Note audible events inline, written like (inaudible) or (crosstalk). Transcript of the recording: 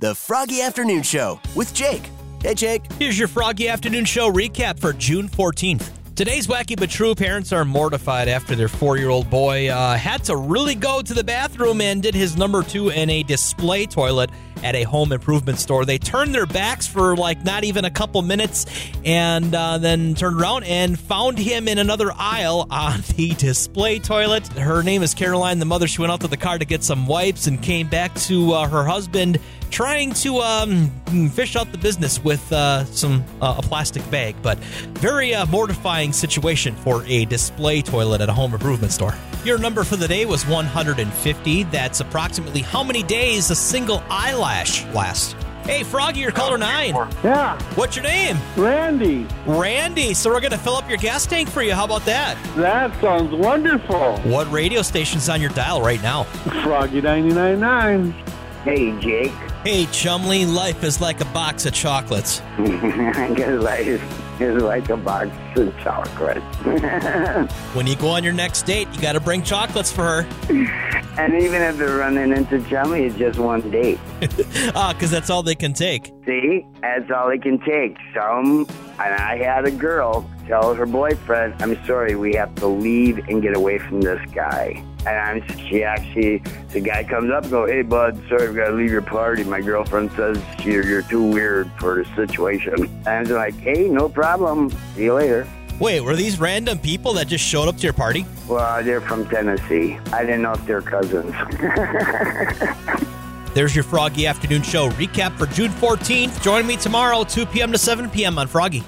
The Froggy Afternoon Show with Jake. Hey, Jake. Here's your Froggy Afternoon Show recap for June 14th. Today's wacky but true parents are mortified after their four year old boy uh, had to really go to the bathroom and did his number two in a display toilet at a home improvement store. They turned their backs for like not even a couple minutes and uh, then turned around and found him in another aisle on (laughs) the display toilet. Her name is Caroline, the mother. She went out to the car to get some wipes and came back to uh, her husband trying to um, fish out the business with uh, some uh, a plastic bag, but very uh, mortifying situation for a display toilet at a home improvement store. Your number for the day was 150. That's approximately how many days a single eyelash lasts. Hey, Froggy, you're caller nine. Yeah, What's your name? Randy, Randy. So we're gonna fill up your gas tank for you. How about that? that sounds wonderful. What radio station's on your dial right now? Froggy 999. Hey, Jake. (laughs) Hey, Chumley, life is like a box of chocolates. I guess life is like a box of chocolate. (laughs) When you go on your next date, you got to bring chocolates for her (laughs) and even if they're running into chummy, it's just one date. because Ah, that's all they can take. See? That's all it can take. Some, and I had a girl tell her boyfriend, I'm sorry, we have to leave and get away from this guy. And I'm, she actually, the guy comes up and goes, hey, bud, sorry, we got to leave your party. My girlfriend says you're, you're too weird for the situation. And I'm like, hey, no problem. See you later. Wait, were these random people that just showed up to your party? Well, they're from Tennessee. I didn't know if they're cousins. (laughs) There's your Froggy Afternoon Show recap for June 14th. Join me tomorrow, 2 p.m. to 7 p.m. on Froggy.